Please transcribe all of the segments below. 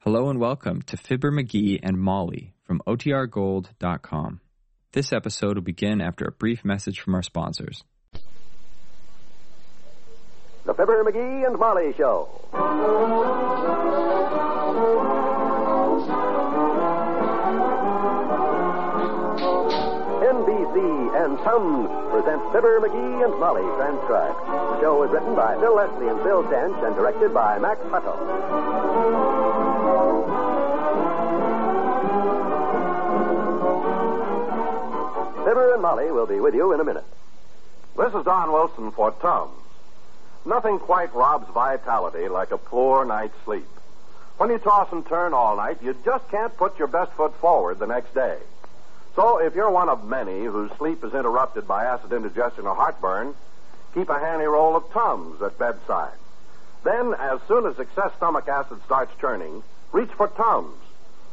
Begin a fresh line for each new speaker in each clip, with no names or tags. Hello and welcome to Fibber McGee and Molly from OTRGold.com. This episode will begin after a brief message from our sponsors.
The Fibber McGee and Molly Show. NBC and Tums present Fibber McGee and Molly transcribed. The show is written by Bill Leslie and Bill Dench and directed by Max Hutto. Fibber and Molly will be with you in a minute.
This is Don Wilson for Tums. Nothing quite robs vitality like a poor night's sleep. When you toss and turn all night, you just can't put your best foot forward the next day. So if you're one of many whose sleep is interrupted by acid indigestion or heartburn, keep a handy roll of Tums at bedside. Then, as soon as excess stomach acid starts churning, reach for Tums.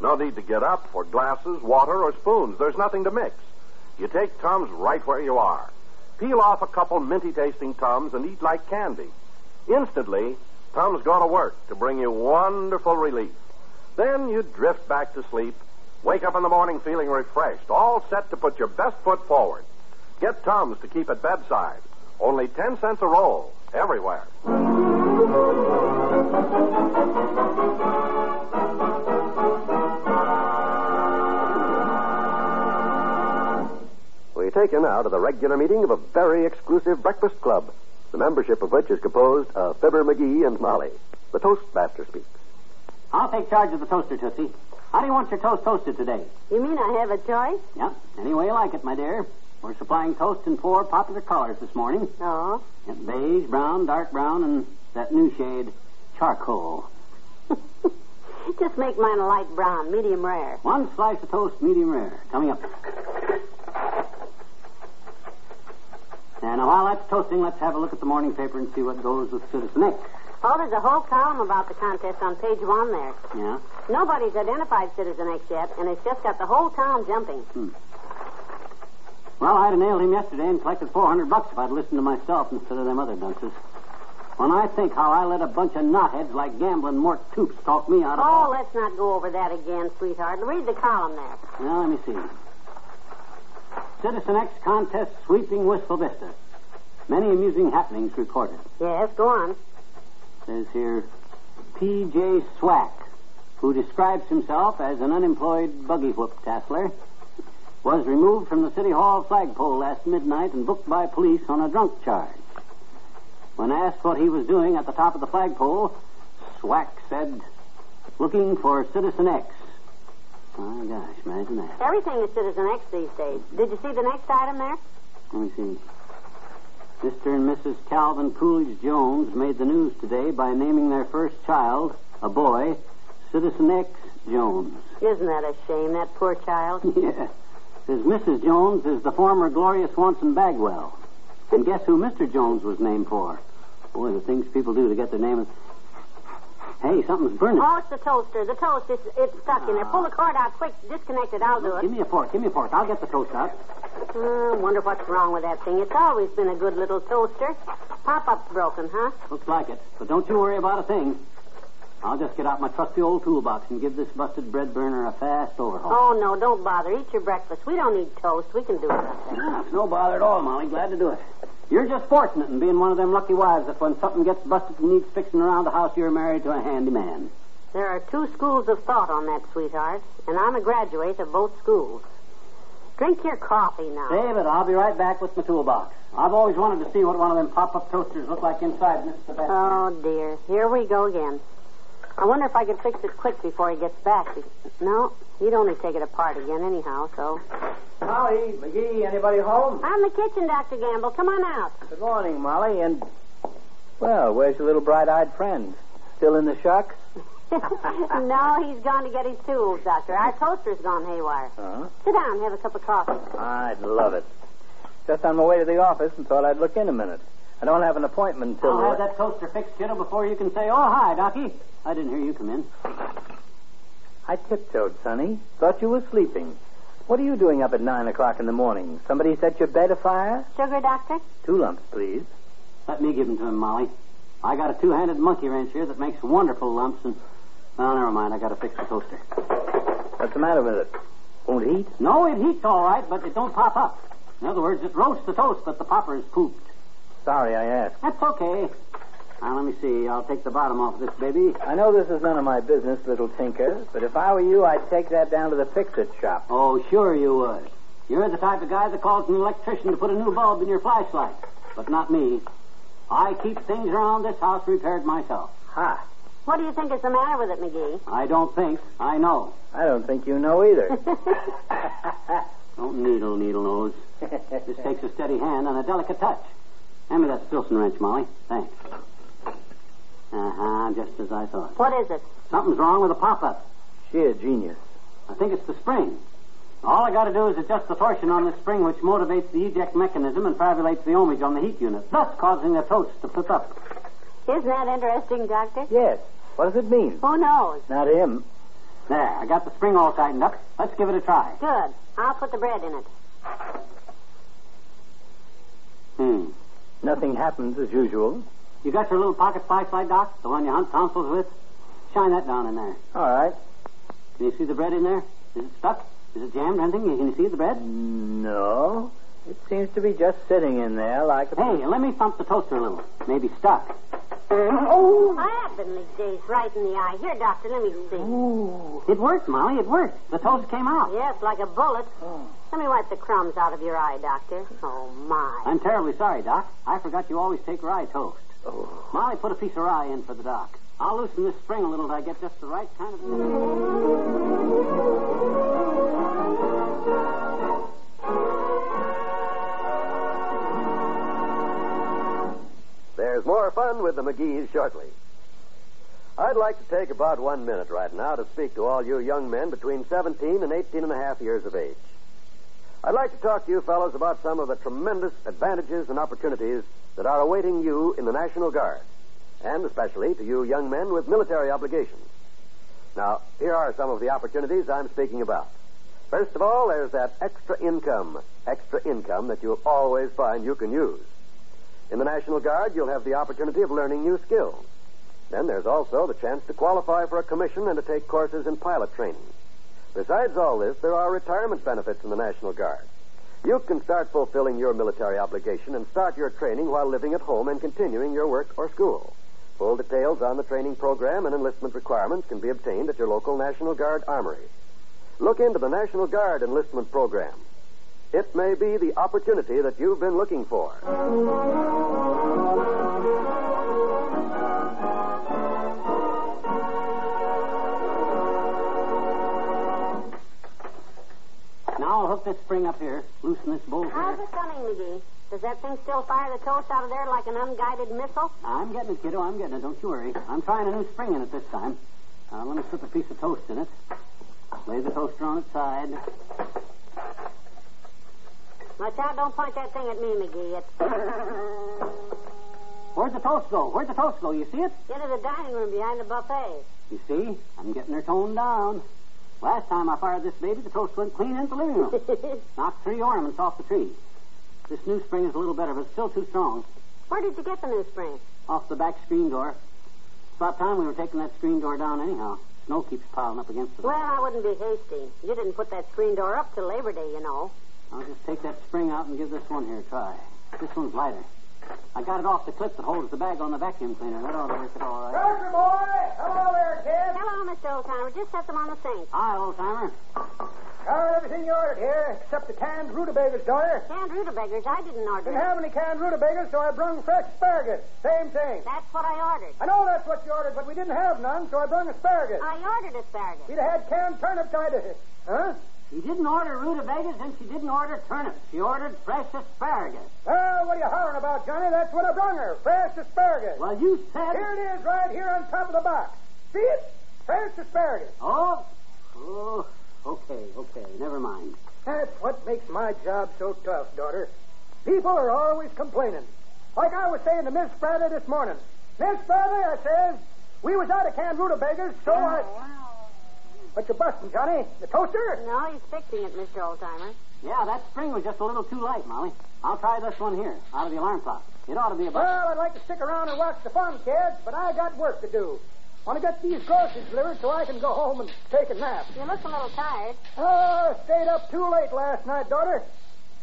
No need to get up for glasses, water, or spoons. There's nothing to mix. You take Tums right where you are. Peel off a couple minty tasting Tums and eat like candy. Instantly, Tums go to work to bring you wonderful relief. Then you drift back to sleep, wake up in the morning feeling refreshed, all set to put your best foot forward. Get Tums to keep at bedside. Only 10 cents a roll, everywhere.
We take you now to the regular meeting of a very exclusive breakfast club, the membership of which is composed of Fibber McGee and Molly. The Toastmaster speaks.
I'll take charge of the toaster, Tootsie. How do you want your toast toasted today?
You mean I have a choice?
Yep, any way you like it, my dear. We're supplying toast in four popular colors this morning.
No.
Yep, beige, brown, dark brown, and that new shade, charcoal.
Just make mine a light brown, medium rare.
One slice of toast, medium rare. Coming up. And now, while that's toasting, let's have a look at the morning paper and see what goes with Citizen Nick.
Oh, there's a whole column about the contest on page one there.
Yeah?
Nobody's identified Citizen X yet, and it's just got the whole town jumping.
Well, I'd have nailed him yesterday and collected 400 bucks if I'd listened to myself instead of them other dunces. When I think how I let a bunch of knotheads like gambling Mort Toops talk me out of...
Oh, let's not go over that again, sweetheart. Read the column there.
Now, let me see. Citizen X contest sweeping Wistful Vista. Many amusing happenings reported.
Yes, go on.
Says here, P.J. Swack, who describes himself as an unemployed buggy whip tassler, was removed from the City Hall flagpole last midnight and booked by police on a drunk charge. When asked what he was doing at the top of the flagpole, Swack said, looking for Citizen X. My gosh, imagine that.
Everything is Citizen X these days. Did you see the next item there?
Let me see. Mr. and Mrs. Calvin Coolidge Jones made the news today by naming their first child, a boy, Citizen X Jones.
Isn't that a shame, that poor child?
Yeah. His Mrs. Jones is the former Gloria Swanson Bagwell. And guess who Mr. Jones was named for? Boy, the things people do to get their name. Hey, something's burning.
Oh, it's the toaster. The toast is it's stuck in there. Pull the cord out quick. Disconnect it. I'll do it.
Give me a fork. Give me a fork. I'll get the toast out.
Uh, wonder what's wrong with that thing. It's always been a good little toaster. Pop up's broken, huh?
Looks like it. But don't you worry about a thing. I'll just get out my trusty old toolbox and give this busted bread burner a fast overhaul.
Oh, no, don't bother. Eat your breakfast. We don't need toast. We can do without that.
Ah, it's no bother at all, Molly. Glad to do it. You're just fortunate in being one of them lucky wives that when something gets busted and needs fixing around the house, you're married to a handy man.
There are two schools of thought on that, sweetheart, and I'm a graduate of both schools. Drink your coffee now.
David, I'll be right back with my toolbox. I've always wanted to see what one of them pop-up toasters look like inside, and it's the best.
Oh, dear. Here we go again. I wonder if I could fix it quick before he gets back. No, he'd only take it apart again anyhow, so.
Molly, McGee, anybody home?
I'm the kitchen, Dr. Gamble. Come on out.
Good morning, Molly, and. Well, where's your little bright eyed friend? Still in the shuck?
no, he's gone to get his tools, Doctor. Our toaster's gone haywire.
Huh?
Sit down, have a cup of coffee.
I'd love it. Just on my way to the office and thought I'd look in a minute. I don't have an appointment until.
I'll have that toaster fixed, kiddo, before you can say, oh, hi, Docky. I didn't hear you come in.
I tiptoed, Sonny. Thought you were sleeping. What are you doing up at 9 o'clock in the morning? Somebody set your bed afire?
Sugar, Doctor?
Two lumps, please.
Let me give them to him, Molly. I got a two-handed monkey wrench here that makes wonderful lumps, and Oh, never mind. I got to fix the toaster.
What's the matter with it? Won't heat?
No, it heats all right, but it don't pop up. In other words, it roasts the toast, but the popper is pooped.
Sorry I asked.
That's okay. Now, let me see. I'll take the bottom off this baby.
I know this is none of my business, little tinker, but if I were you, I'd take that down to the fix-it shop.
Oh, sure you would. You're the type of guy that calls an electrician to put a new bulb in your flashlight. But not me. I keep things around this house repaired myself.
Ha!
What do you think is the matter with it, McGee?
I don't think. I know.
I don't think you know either.
Don't needle, needle nose. This takes a steady hand and a delicate touch. Hand me that Stilson wrench, Molly. Thanks. Uh-huh, just as I thought.
What is it?
Something's wrong with the pop-up.
she a genius.
I think it's the spring. All I got to do is adjust the torsion on this spring, which motivates the eject mechanism and fabulates the ohmage on the heat unit, thus causing the toast to flip up.
Isn't that interesting, Doctor?
Yes. What does it mean?
Who knows?
Not him.
There, I got the spring all tightened up. Let's give it a try.
Good. I'll put the bread in it.
Hmm.
Nothing happens as usual.
You got your little pocket flashlight, Doc? The one you hunt tonsils with? Shine that down in there.
All right.
Can you see the bread in there? Is it stuck? Is it jammed or anything? Can you see the bread?
No. It seems to be just sitting in there like a.
Hey, let me thump the toaster a little. Maybe stuck.
I've been these days right in the eye. Here, Doctor, let me see.
It worked, Molly. It worked. The toast came out.
Yes, like a bullet. Let me wipe the crumbs out of your eye, Doctor. Oh, my.
I'm terribly sorry, Doc. I forgot you always take rye toast. Molly, put a piece of rye in for the doc. I'll loosen this spring a little till I get just the right kind of.
There's more fun with the McGees shortly. I'd like to take about one minute right now to speak to all you young men between 17 and 18 and a half years of age. I'd like to talk to you fellows about some of the tremendous advantages and opportunities that are awaiting you in the National Guard, and especially to you young men with military obligations. Now, here are some of the opportunities I'm speaking about. First of all, there's that extra income, extra income that you'll always find you can use. In the National Guard, you'll have the opportunity of learning new skills. Then there's also the chance to qualify for a commission and to take courses in pilot training. Besides all this, there are retirement benefits in the National Guard. You can start fulfilling your military obligation and start your training while living at home and continuing your work or school. Full details on the training program and enlistment requirements can be obtained at your local National Guard armory. Look into the National Guard enlistment program. It may be the opportunity that you've been looking for.
Now I'll hook this spring up here, loosen this bolt.
How's
Here.
it coming, McGee? Does that thing still fire the toast out of there like an unguided missile?
I'm getting it, kiddo. I'm getting it. Don't you worry. I'm trying a new spring in it this time. Now let me slip a piece of toast in it. Lay the toaster on its side.
Watch out, don't point that thing at me, McGee. It's...
Where'd the toast go? Where'd the toast go? You see it?
Into the dining room behind the buffet.
You see? I'm getting her toned down. Last time I fired this baby, the toast went clean into the living room. Knocked three ornaments off the tree. This new spring is a little better, but it's still too strong.
Where did you get the new spring?
Off the back screen door. It's about time we were taking that screen door down anyhow. Snow keeps piling up against it.
Well, I wouldn't be hasty. You didn't put that screen door up till Labor Day, you know.
I'll just take that spring out and give this one here a try. This one's lighter. I got it off the clip that holds the bag on the vacuum cleaner. That ought to work it all right.
Hello, Mr. Oldtimer. Just set them on the sink.
Hi, old timer.
Got everything you ordered uh, here except the canned rutabagas, daughter.
Canned rutabagas, I didn't order
Didn't
them.
have any canned rutabagas, so I brung fresh asparagus. Same thing.
That's what I ordered.
I know that's what you ordered, but we didn't have none, so I brung asparagus.
I ordered asparagus.
We'd have had canned turnips, I'd have... Huh?
She didn't order rutabagas and she didn't order turnips. She ordered fresh asparagus.
Well, what are you hollering about, Johnny? That's what I brung her. Fresh asparagus.
Well, you said.
Here it is, right here on top of the box. See it? Fresh asparagus.
Oh, oh, okay, okay, never mind.
That's what makes my job so tough, daughter. People are always complaining. Like I was saying to Miss Bradley this morning. Miss Bradley, I says, we was out of canned rutabagas, so I... What you busting, Johnny? The toaster?
No, he's fixing it, Mr. Oldtimer.
Yeah, that spring was just a little too light, Molly. I'll try this one here, out of the alarm clock. It ought to be about.
Well, I'd like to stick around and watch the fun, kids, but I got work to do. Want to get these groceries delivered so I can go home and take a nap.
You look a little tired.
Oh, stayed up too late last night, daughter.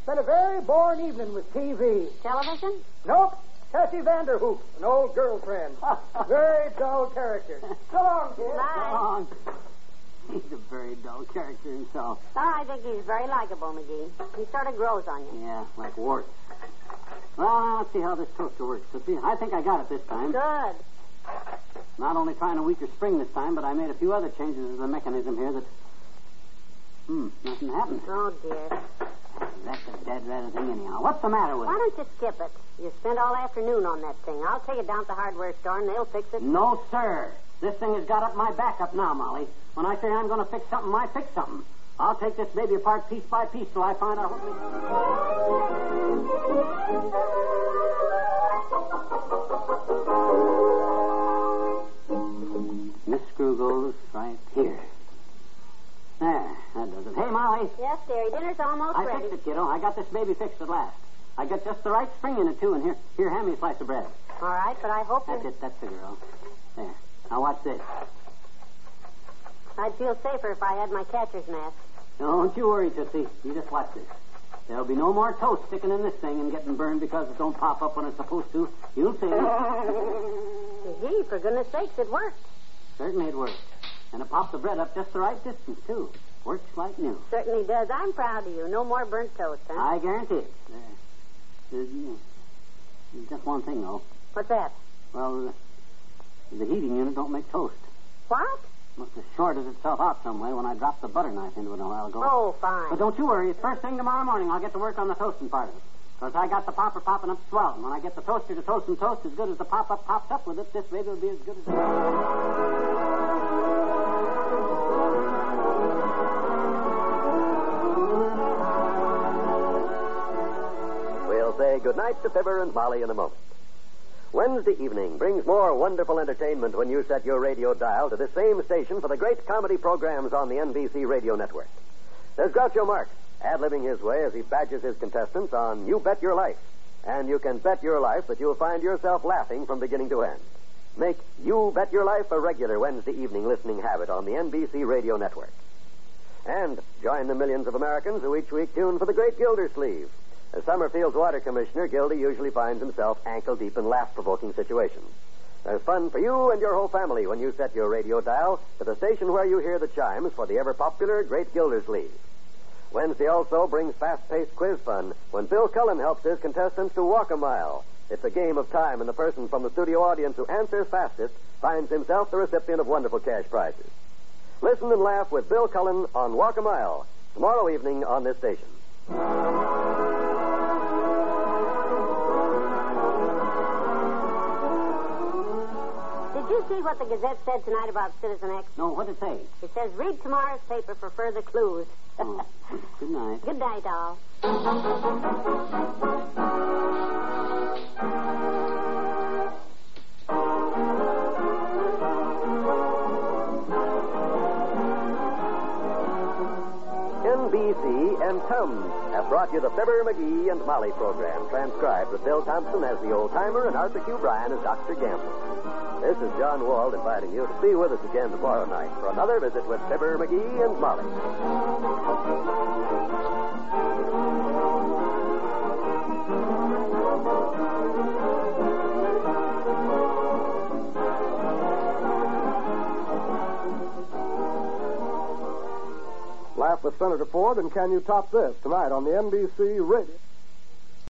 Spent a very boring evening with TV.
Television?
Nope. Tessie Vanderhoop, an old girlfriend. very dull character. So long, kid.
Bye.
He's a very dull character himself.
No, Ah, I think he's very likable, McGee. He sort of grows on you.
Yeah, like warts. Well, now let's see how this toaster works, Clippy. I think I got it this time.
Good.
Not only trying a weaker spring this time, but I made a few other changes to the mechanism here that. Hmm, nothing happened.
Oh, dear.
That's a dead rat thing, anyhow. What's the matter with
Why
it?
don't you skip it? You spent all afternoon on that thing. I'll take it down to the hardware store and they'll fix it.
No, sir. This thing has got up my back up now, Molly. When I say I'm going to fix something, I fix something. I'll take this baby apart piece by piece till I find out what. Miss Screw goes right here. There, that does it. Hey, Molly.
Yes, dearie. Dinner's almost
I
ready.
fixed it, kiddo. I got this baby fixed at last. I got just the right spring in it, too, and here, here, hand me a slice of bread.
All right, but I hope
That's
you...
it. That's the girl. There. Now watch this.
I'd feel safer if I had my catcher's mask.
Don't you worry, Tootsie. You just watch this. There'll be no more toast sticking in this thing and getting burned because it don't pop up when it's supposed to. You'll see.
Gee, for goodness sakes, it worked.
Certainly it worked. And it popped the bread up just the right distance, too. Works like new.
Certainly does. I'm proud of you. No more burnt toast, huh?
I guarantee it. Uh, there's, uh, there's just one thing, though.
What's that?
Well, the, the heating unit don't make toast.
What?
Must have shorted itself out some way when I dropped the butter knife into it a while ago.
Oh, fine.
But don't you worry. It's first thing tomorrow morning. I'll get to work on the toasting part of it. Because I got the popper popping up swell. And when I get the toaster to toast and toast as good as the pop-up popped up with it, this baby will be as good as...
We'll say goodnight to Fibber and Molly in a moment. Wednesday evening brings more wonderful entertainment when you set your radio dial to the same station for the great comedy programs on the NBC radio network. There's Groucho Marx, ad-libbing his way as he badges his contestants on You Bet Your Life. And you can bet your life that you'll find yourself laughing from beginning to end. Make You Bet Your Life a regular Wednesday evening listening habit on the NBC radio network. And join the millions of Americans who each week tune for the Great Gildersleeve. As Summerfield's water commissioner, Gildy usually finds himself ankle deep in laugh provoking situations. There's fun for you and your whole family when you set your radio dial to the station where you hear the chimes for the ever popular Great Gildersleeve. Wednesday also brings fast paced quiz fun when Bill Cullen helps his contestants to walk a mile. It's a game of time, and the person from the studio audience who answers fastest finds himself the recipient of wonderful cash prizes. Listen and laugh with Bill Cullen on Walk a Mile tomorrow evening on this station.
Did you see what the Gazette said tonight about Citizen X?
No, what'd it say?
It says, read tomorrow's paper for further clues.
Oh, good night.
Good night, all.
NBC and Tums have brought you the Fibber, McGee, and Molly program, transcribed with Bill Thompson as the old timer and Arthur Q. Bryan as Dr. Gamble. This is John Wald inviting you to be with us again tomorrow night for another visit with Fibber, McGee, and Molly.
Laugh with Senator Ford, and can you top this tonight on the NBC radio?